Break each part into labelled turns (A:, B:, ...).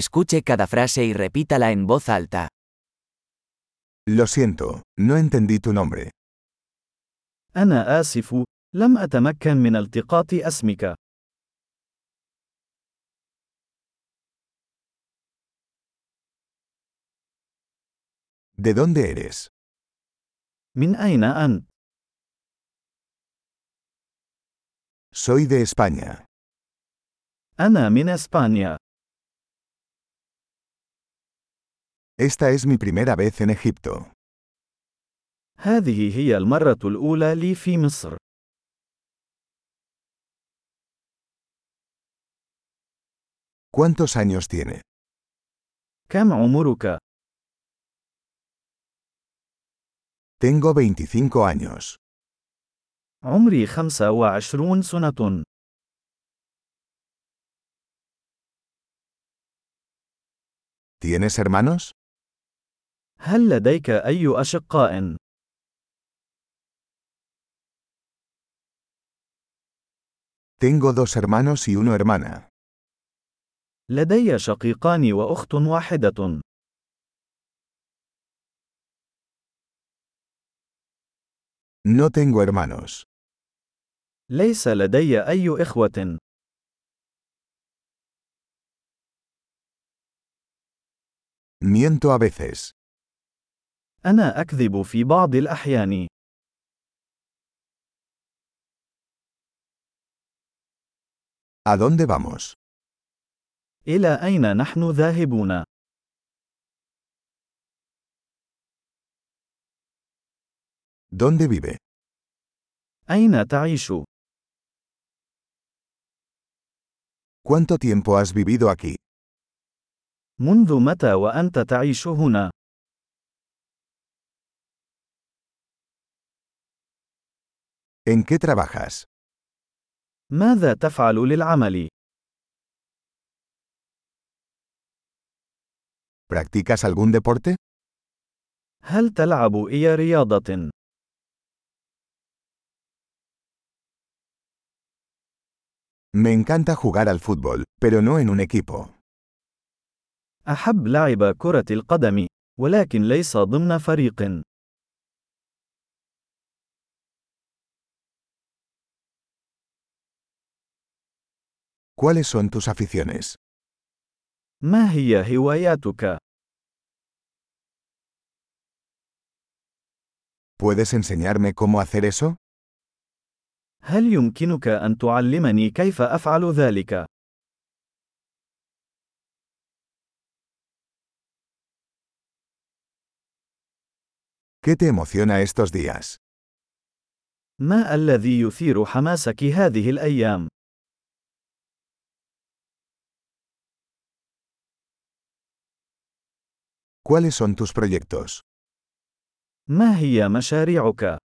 A: Escuche cada frase y repítala en voz alta.
B: Lo siento, no entendí tu nombre.
C: أنا آسف، لم أتمكن من التقاط اسمك.
B: ¿De dónde eres?
C: من أين أنت؟
B: Soy de España.
C: أنا من إسبانيا.
B: Esta es mi primera vez en Egipto.
C: هذه هي المرة الأولى لي في مصر.
B: ¿Cuántos años tiene?
C: كم عمرك؟
B: Tengo 25 años.
C: عمري 25 سنة.
B: ¿Tienes hermanos?
C: هل لديك أي أشقاء؟
B: Tengo dos hermanos y una hermana.
C: لدي شقيقان وأخت واحدة.
B: No tengo hermanos.
C: ليس لدي أي إخوة.
B: Miento a veces.
C: أنا أكذب في بعض الأحيان.
B: ¿A dónde vamos?
C: إلى أين نحن ذاهبون؟
B: ¿Dónde vive?
C: أين تعيش؟
B: ¿Cuánto tiempo has vivido aquí?
C: منذ متى وأنت تعيش هنا؟
B: ¿En qué trabajas?
C: ماذا تفعل للعمل؟
B: ¿Practicas algún deporte?
C: هل تلعب أي رياضة؟
B: Me encanta jugar al fútbol, pero no en un equipo.
C: أحب لعب كرة القدم، ولكن ليس ضمن فريق.
B: ¿Cuáles son tus aficiones?
C: ما هي هواياتك؟
B: ¿Puedes enseñarme cómo hacer eso?
C: هل يمكنك أن تعلمني كيف أفعل ذلك؟
B: ¿Qué te emociona estos días?
C: ما الذي يثير حماسك هذه الأيام؟
B: ¿Cuáles son tus proyectos?
C: ما هي مشاريعك؟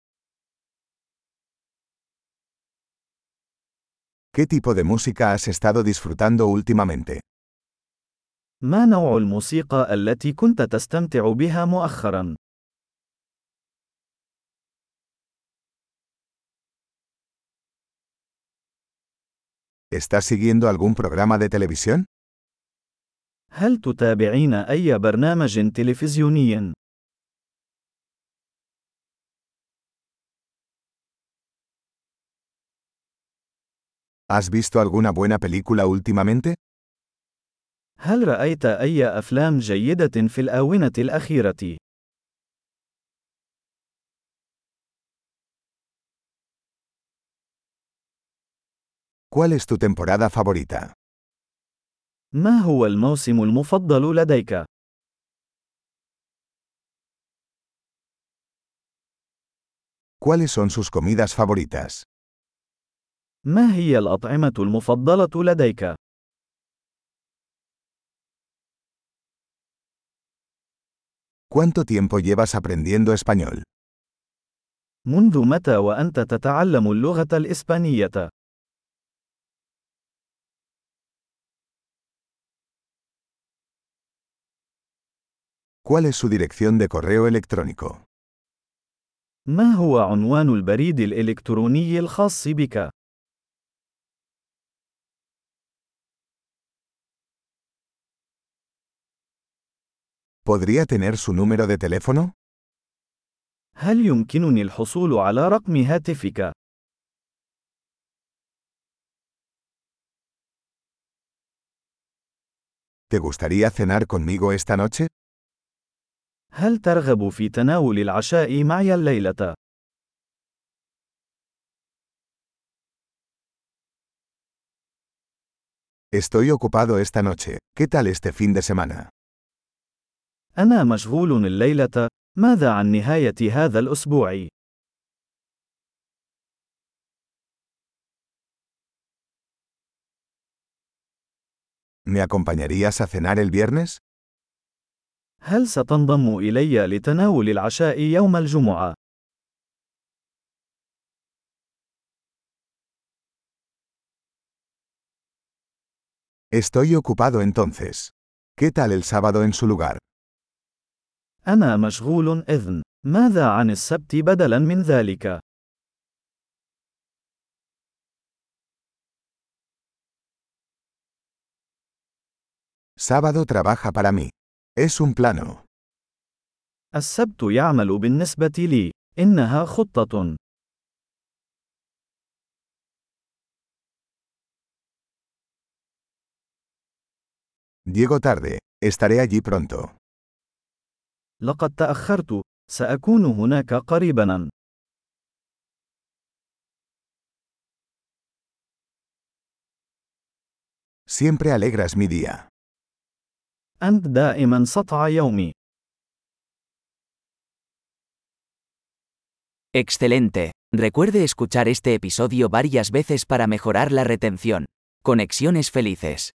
B: ¿Qué tipo de música has estado disfrutando últimamente?
C: ما نوع الموسيقى التي كنت تستمتع بها مؤخرا؟
B: ¿Estás siguiendo algún programa de televisión?
C: هل تتابعين أي برنامج تلفزيوني؟
B: ¿Has visto alguna buena película últimamente?
C: هل رأيت أي أفلام جيدة في الآونة الأخيرة؟
B: ¿Cuál es tu temporada favorita?
C: ما هو الموسم المفضل لديك؟
B: ¿Cuáles son sus comidas favoritas?
C: ما هي الأطعمة المفضلة لديك؟
B: ¿Cuánto tiempo llevas aprendiendo español?
C: منذ متى وأنت تتعلم اللغة الإسبانية؟
B: ¿Cuál es su dirección de correo electrónico?
C: ما هو عنوان البريد الإلكتروني الخاص بك؟
B: ¿Podría tener su número de teléfono?
C: هل يمكنني الحصول على رقم هاتفك؟
B: ¿Te gustaría cenar conmigo esta noche?
C: هل ترغب في تناول العشاء معي الليلة؟
B: Estoy ocupado esta noche. ¿Qué tal este fin de semana?
C: أنا مشغول الليلة، ماذا عن نهاية هذا الأسبوع؟
B: ¿Me acompañarías a cenar el viernes?
C: هل ستنضم إلي لتناول العشاء يوم الجمعة؟
B: Estoy ocupado entonces. ¿Qué tal el sábado en su lugar?
C: أنا مشغول إذن. ماذا عن السبت بدلاً من ذلك؟
B: Sábado trabaja para mí. Es un plano.
C: السبت يعمل بالنسبة لي. إنها خطة.
B: Llego tarde. Estaré allí pronto.
C: لقد تأخرت. سأكون هناك قريباً.
B: Siempre alegras mi día.
C: أنت دائماً سطع يومي.
A: Excelente. Recuerde escuchar este episodio varias veces para mejorar la retención. Conexiones felices.